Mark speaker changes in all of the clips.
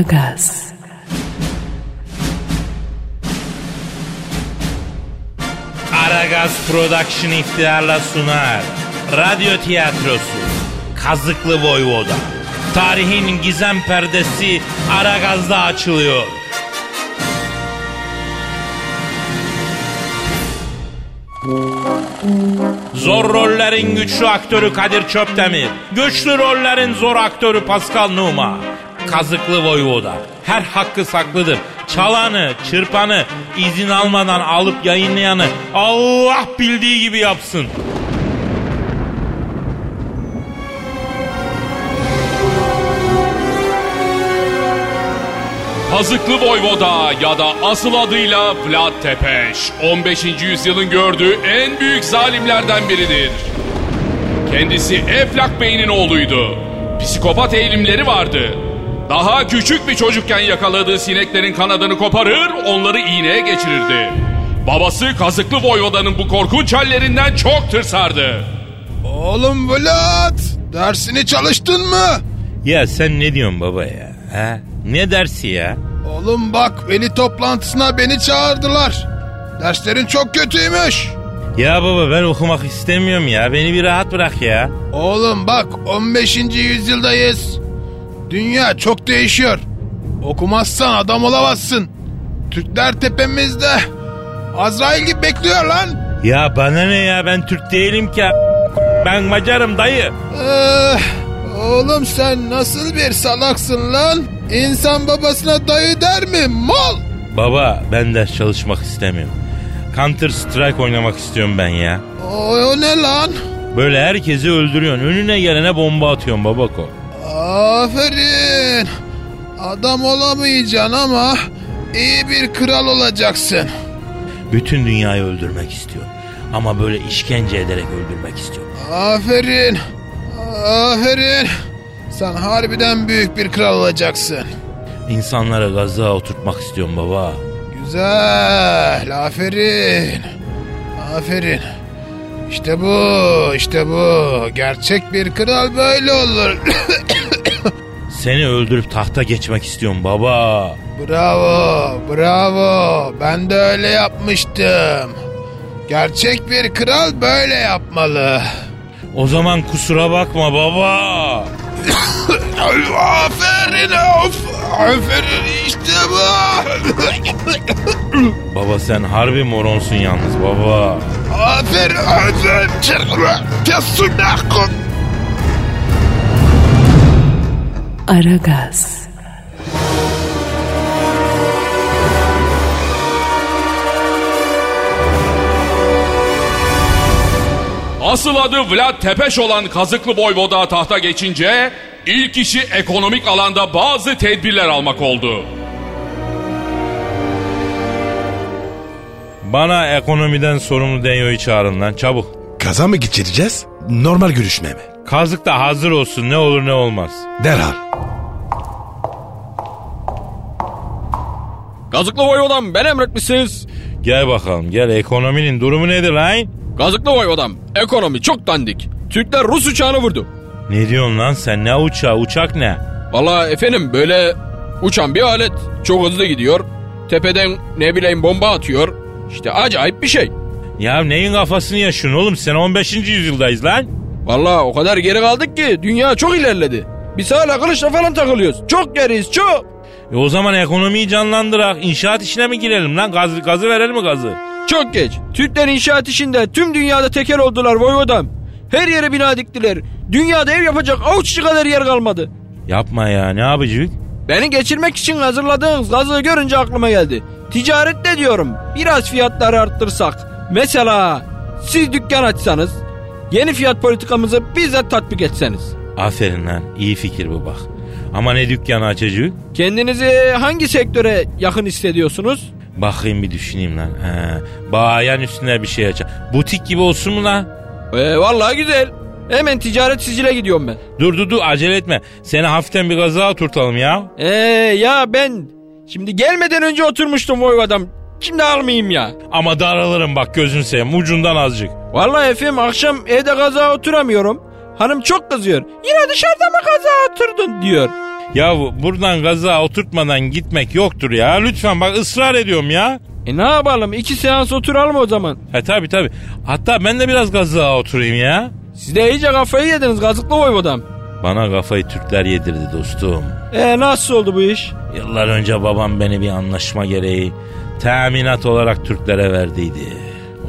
Speaker 1: Aragaz,
Speaker 2: Aragaz Production iftiharla sunar. Radyo tiyatrosu. Kazıklı Voyvoda. Tarihin gizem perdesi Aragaz'da açılıyor. Zor rollerin güçlü aktörü Kadir Çöptemir. Güçlü rollerin zor aktörü Pascal Numa. Kazıklı Voyvoda. Her hakkı saklıdır. Çalanı, çırpanı, izin almadan alıp yayınlayanı Allah bildiği gibi yapsın.
Speaker 3: Kazıklı Voyvoda ya da asıl adıyla Vlad Tepeş 15. yüzyılın gördüğü en büyük zalimlerden biridir. Kendisi Eflak Bey'in oğluydu. Psikopat eğilimleri vardı. Daha küçük bir çocukken yakaladığı sineklerin kanadını koparır, onları iğneye geçirirdi. Babası Kazıklı Voyvoda'nın bu korkunç hallerinden çok tırsardı.
Speaker 4: Oğlum Vlad dersini çalıştın mı?
Speaker 2: Ya sen ne diyorsun baba ya? Ha? Ne dersi ya?
Speaker 4: Oğlum bak veli toplantısına beni çağırdılar. Derslerin çok kötüymüş.
Speaker 2: Ya baba ben okumak istemiyorum ya. Beni bir rahat bırak ya.
Speaker 4: Oğlum bak 15. yüzyıldayız. Dünya çok değişiyor. Okumazsan adam olamazsın. Türkler tepemizde. Azrail gibi bekliyor lan.
Speaker 2: Ya bana ne ya ben Türk değilim ki. Ben Macarım dayı.
Speaker 4: Eh, oğlum sen nasıl bir salaksın lan? İnsan babasına dayı der mi? Mal!
Speaker 2: Baba ben ders çalışmak istemiyorum. Counter Strike oynamak istiyorum ben ya.
Speaker 4: O, o ne lan?
Speaker 2: Böyle herkesi öldürüyorsun. Önüne gelene bomba atıyorsun babako.
Speaker 4: Aferin. Adam olamayacaksın ama iyi bir kral olacaksın.
Speaker 2: Bütün dünyayı öldürmek istiyorum. Ama böyle işkence ederek öldürmek istiyorum.
Speaker 4: Aferin. Aferin. Sen harbiden büyük bir kral olacaksın.
Speaker 2: İnsanlara gaza oturtmak istiyorum baba.
Speaker 4: Güzel. Aferin. Aferin. İşte bu, işte bu. Gerçek bir kral böyle olur.
Speaker 2: Seni öldürüp tahta geçmek istiyorum baba.
Speaker 4: bravo, bravo. Ben de öyle yapmıştım. Gerçek bir kral böyle yapmalı.
Speaker 2: O zaman kusura bakma baba.
Speaker 4: Aferin of. Aferin işte bu.
Speaker 2: Baba sen harbi moronsun yalnız baba.
Speaker 4: aferin aferin. Çıkma. Kesinlikle.
Speaker 1: Aragaz,
Speaker 3: Asıl adı Vlad Tepeş olan Kazıklı Boyvoda tahta geçince ilk işi ekonomik alanda bazı tedbirler almak oldu.
Speaker 2: Bana ekonomiden sorumlu Denyo'yu çağırın lan çabuk.
Speaker 5: Kaza mı geçireceğiz? Normal görüşme mi?
Speaker 2: Kazık da hazır olsun ne olur ne olmaz.
Speaker 5: Derhal.
Speaker 6: Kazıklı Voyvodam ben emretmişsiniz.
Speaker 2: Gel bakalım gel ekonominin durumu nedir lan?
Speaker 6: Kazıklı Voyvodam ekonomi çok dandik. Türkler Rus uçağını vurdu.
Speaker 2: Ne diyorsun lan sen ne uçağı uçak ne?
Speaker 6: Valla efendim böyle uçan bir alet çok hızlı gidiyor. Tepeden ne bileyim bomba atıyor. İşte acayip bir şey.
Speaker 2: Ya neyin kafasını yaşıyorsun oğlum sen 15. yüzyıldayız lan.
Speaker 6: Valla o kadar geri kaldık ki dünya çok ilerledi. Biz hala kılıçla falan takılıyoruz. Çok geriyiz çok.
Speaker 2: E o zaman ekonomiyi canlandırak inşaat işine mi girelim lan gazı, gazı verelim mi gazı?
Speaker 6: Çok geç. Türkler inşaat işinde tüm dünyada teker oldular Voyvodam. Her yere bina diktiler. Dünyada ev yapacak avuç içi kadar yer kalmadı.
Speaker 2: Yapma ya ne yapacağız?
Speaker 6: Beni geçirmek için hazırladığınız gazı görünce aklıma geldi. Ticarette diyorum biraz fiyatları arttırsak. Mesela siz dükkan açsanız yeni fiyat politikamızı bizzat tatbik etseniz.
Speaker 2: Aferin lan iyi fikir bu bak. Ama ne dükkanı açacağız?
Speaker 6: Kendinizi hangi sektöre yakın hissediyorsunuz?
Speaker 2: Bakayım bir düşüneyim lan. He. Bayan üstüne bir şey açar. Butik gibi olsun mu lan?
Speaker 6: Ee, vallahi güzel. Hemen ticaret sicile gidiyorum ben.
Speaker 2: Dur dur dur acele etme. Seni hafiften bir gaza oturtalım ya.
Speaker 6: Ee, ya ben şimdi gelmeden önce oturmuştum o adam. Şimdi almayayım ya.
Speaker 2: Ama daralırım bak gözün seveyim ucundan azıcık.
Speaker 6: Vallahi efendim akşam evde kaza oturamıyorum. Hanım çok kızıyor. Yine dışarıda mı kaza oturdun diyor.
Speaker 2: Ya buradan gaza oturtmadan gitmek yoktur ya. Lütfen bak ısrar ediyorum ya.
Speaker 6: E ne yapalım iki seans oturalım o zaman.
Speaker 2: E tabi tabi. Hatta ben de biraz gaza oturayım ya.
Speaker 6: Siz de iyice kafayı yediniz gazıklı voyvodam.
Speaker 2: Bana kafayı Türkler yedirdi dostum.
Speaker 6: E nasıl oldu bu iş?
Speaker 2: Yıllar önce babam beni bir anlaşma gereği teminat olarak Türklere verdiydi.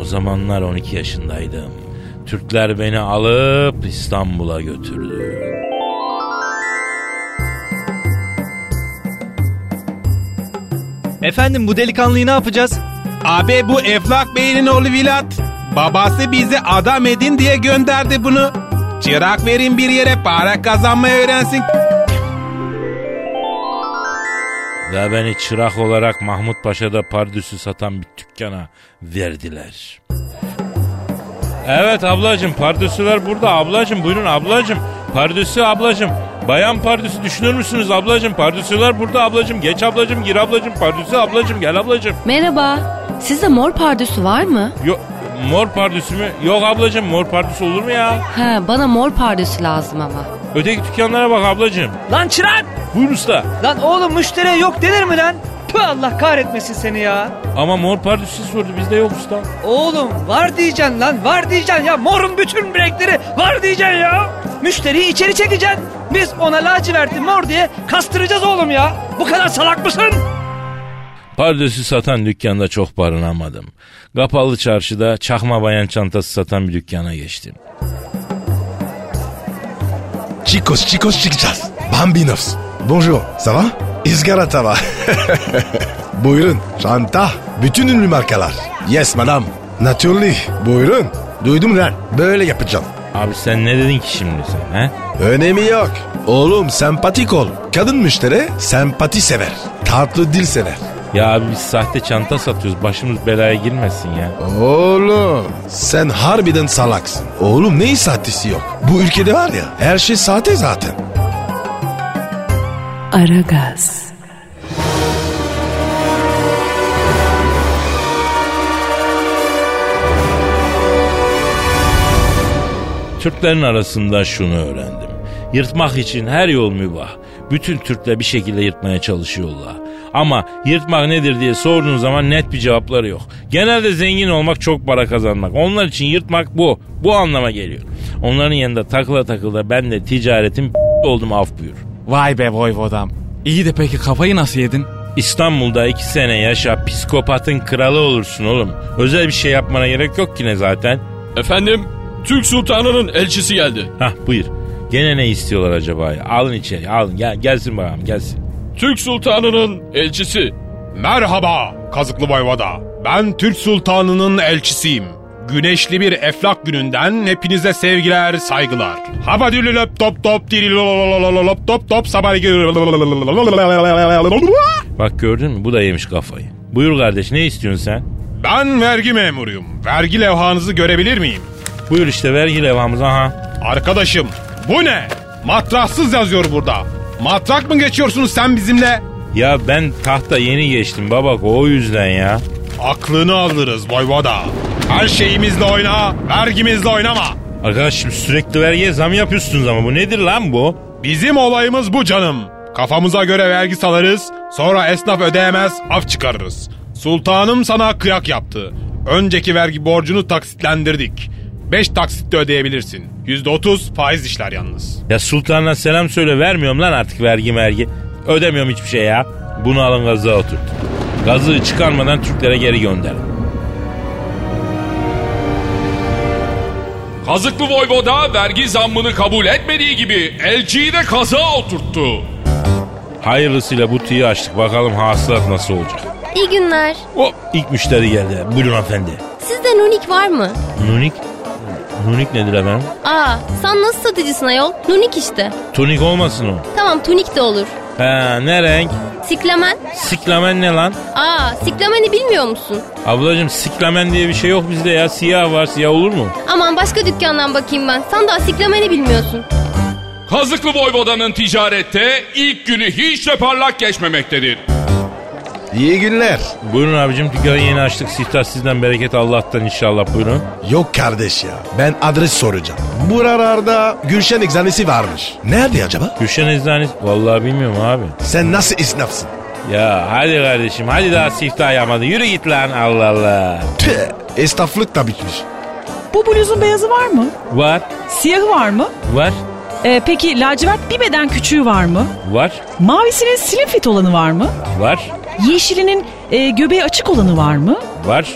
Speaker 2: O zamanlar 12 yaşındaydım. Türkler beni alıp İstanbul'a götürdü.
Speaker 7: Efendim bu delikanlıyı ne yapacağız?
Speaker 3: Abi bu Eflak Bey'in oğlu Vilat. Babası bizi adam edin diye gönderdi bunu. Çırak verin bir yere para kazanmayı öğrensin.
Speaker 2: Ve beni çırak olarak Mahmut Paşa'da pardüsü satan bir dükkana verdiler. Evet ablacım pardüsüler burada ablacım buyurun ablacım. Pardüsü ablacım. Bayan pardüsü düşünür müsünüz ablacım? Pardüsüler burada ablacım. Geç ablacım gir ablacım. Pardüsü ablacım gel ablacım.
Speaker 8: Merhaba. Sizde mor pardüsü var mı?
Speaker 2: Yok mor pardüsü mü? Yok ablacım mor pardüsü olur mu ya?
Speaker 8: Ha, bana mor pardüsü lazım ama.
Speaker 2: Öteki dükkanlara bak ablacım.
Speaker 9: Lan çırak!
Speaker 2: Buyur usta.
Speaker 9: Lan oğlum müşteriye yok denir mi lan? Tüh Allah kahretmesin seni ya.
Speaker 2: Ama mor pardüsü sordu bizde yok usta.
Speaker 9: Oğlum var diyeceksin lan var diyeceksin ya morun bütün renkleri var diyeceksin ya. Müşteriyi içeri çekeceksin. Biz ona laciverti mor diye kastıracağız oğlum ya. Bu kadar salak mısın?
Speaker 2: Pardösü satan dükkanda çok barınamadım. Kapalı çarşıda çakma bayan çantası satan bir dükkana geçtim.
Speaker 5: Chicos, chicos, chicas. Bambinos. Bonjour, ça va? Izgara tava. Buyurun, çanta. Bütün ünlü markalar. Yes, madam. Naturally. Buyurun. Duydum lan. Böyle yapacağım.
Speaker 2: Abi sen ne dedin ki şimdi sen he?
Speaker 5: Önemi yok. Oğlum sempatik ol. Kadın müşteri sempati sever. Tatlı dil sever.
Speaker 2: Ya abi biz sahte çanta satıyoruz başımız belaya girmesin ya.
Speaker 5: Oğlum sen harbiden salaksın. Oğlum neyin sahtesi yok? Bu ülkede var ya her şey sahte zaten.
Speaker 1: Aragaz,
Speaker 2: Türklerin arasında şunu öğrendim. Yırtmak için her yol mübah. Bütün Türkler bir şekilde yırtmaya çalışıyorlar. Ama yırtmak nedir diye sorduğun zaman net bir cevapları yok. Genelde zengin olmak çok para kazanmak. Onlar için yırtmak bu. Bu anlama geliyor. Onların yanında takıla takıla ben de ticaretin oldum af buyur.
Speaker 7: Vay be voyvodam. İyi de peki kafayı nasıl yedin?
Speaker 2: İstanbul'da iki sene yaşa psikopatın kralı olursun oğlum. Özel bir şey yapmana gerek yok ki ne zaten.
Speaker 10: Efendim, Türk Sultanı'nın elçisi geldi.
Speaker 2: Hah buyur. Gene ne istiyorlar acaba ya? Alın içeri alın gel, gelsin bakalım gelsin.
Speaker 10: Türk Sultanı'nın elçisi.
Speaker 3: Merhaba Kazıklı Bayvada. Ben Türk Sultanı'nın elçisiyim. Güneşli bir eflak gününden hepinize sevgiler, saygılar. Habadülü löp top top diri lop top top sabah
Speaker 2: Bak gördün mü bu da yemiş kafayı. Buyur kardeş ne istiyorsun sen?
Speaker 3: Ben vergi memuruyum. Vergi levhanızı görebilir miyim?
Speaker 2: Buyur işte vergi levhamız aha.
Speaker 3: Arkadaşım bu ne? Matrahsız yazıyor burada. Matrak mı geçiyorsunuz sen bizimle?
Speaker 2: Ya ben tahta yeni geçtim babak o yüzden ya.
Speaker 3: Aklını alırız Voyvoda. Her şeyimizle oyna, vergimizle oynama.
Speaker 2: Arkadaşım sürekli vergiye zam yapıyorsunuz ama bu nedir lan bu?
Speaker 3: Bizim olayımız bu canım. Kafamıza göre vergi salarız, sonra esnaf ödeyemez, af çıkarırız. Sultanım sana kıyak yaptı. Önceki vergi borcunu taksitlendirdik. 5 taksitte ödeyebilirsin. %30 faiz işler yalnız.
Speaker 2: Ya sultana selam söyle vermiyorum lan artık vergi mergi. Ödemiyorum hiçbir şey ya. Bunu alın gazığa oturt. Gazığı çıkarmadan Türklere geri gönderin.
Speaker 10: Kazıklı Voyvoda vergi zammını kabul etmediği gibi elçiyi de kaza oturttu.
Speaker 2: Hayırlısıyla butiği açtık. Bakalım hasılat nasıl olacak.
Speaker 8: İyi günler.
Speaker 2: Hop ilk müşteri geldi. Buyurun hanımefendi.
Speaker 8: Sizde nunik var mı?
Speaker 2: Nunik? Nunik nedir efendim?
Speaker 8: Aa, sen nasıl satıcısın ayol? Nunik işte.
Speaker 2: Tonik olmasın o.
Speaker 8: Tamam tunik de olur.
Speaker 2: He ne renk?
Speaker 8: Siklamen?
Speaker 2: Siklamen ne lan?
Speaker 8: Aa, siklameni bilmiyor musun?
Speaker 2: Ablacım siklamen diye bir şey yok bizde ya. Siyah var siyah olur mu?
Speaker 8: Aman başka dükkandan bakayım ben. Sen daha siklameni bilmiyorsun.
Speaker 10: Kazıklı Voyvoda'nın ticarette ilk günü hiç de parlak geçmemektedir.
Speaker 5: İyi günler.
Speaker 2: Buyurun abicim dükkanı yeni açtık. Siftah sizden bereket Allah'tan inşallah buyurun.
Speaker 5: Yok kardeş ya. Ben adres soracağım. Buralarda Gülşen eczanesi varmış. Nerede acaba?
Speaker 2: Gülşen Eczanesi. Vallahi bilmiyorum abi.
Speaker 5: Sen nasıl esnafsın?
Speaker 2: Ya hadi kardeşim hadi daha siftah yapmadın. Yürü git lan Allah Allah.
Speaker 5: Tüh, esnaflık da bitmiş.
Speaker 9: Bu bluzun beyazı var mı?
Speaker 2: Var
Speaker 9: Siyahı var mı?
Speaker 2: var
Speaker 9: Ee, peki lacivert bir beden küçüğü var mı?
Speaker 2: var
Speaker 9: Mavisinin slim fit olanı var mı?
Speaker 2: var
Speaker 9: Yeşilinin e, göbeği açık olanı var mı?
Speaker 2: var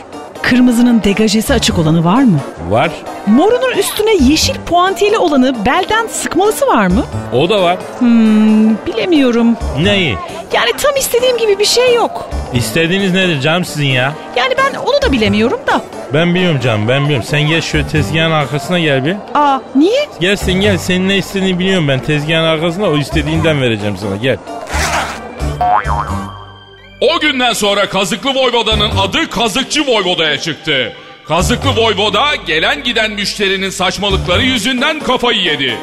Speaker 9: Kırmızının degajesi açık olanı var mı?
Speaker 2: var.
Speaker 9: Morunun üstüne yeşil puantiyeli olanı belden sıkmalısı var mı?
Speaker 2: O da var.
Speaker 9: Hmm, bilemiyorum.
Speaker 2: Neyi?
Speaker 9: Yani tam istediğim gibi bir şey yok.
Speaker 2: İstediğiniz nedir canım sizin ya?
Speaker 9: Yani ben onu da bilemiyorum da.
Speaker 2: Ben biliyorum canım ben biliyorum. Sen gel şöyle tezgahın arkasına gel bir.
Speaker 9: Aa niye?
Speaker 2: Gel sen gel senin ne istediğini biliyorum ben. Tezgahın arkasında o istediğinden vereceğim sana gel.
Speaker 3: O günden sonra Kazıklı Voyvoda'nın adı Kazıkçı Voyvoda'ya çıktı. Kazıklı Voyvoda gelen giden müşterinin saçmalıkları yüzünden kafayı yedi.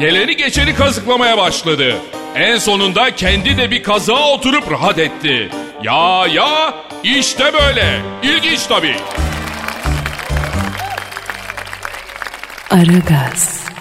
Speaker 3: Geleni geçeni kazıklamaya başladı. En sonunda kendi de bir kazığa oturup rahat etti. Ya ya işte böyle. İlginç tabii.
Speaker 9: Aragaz.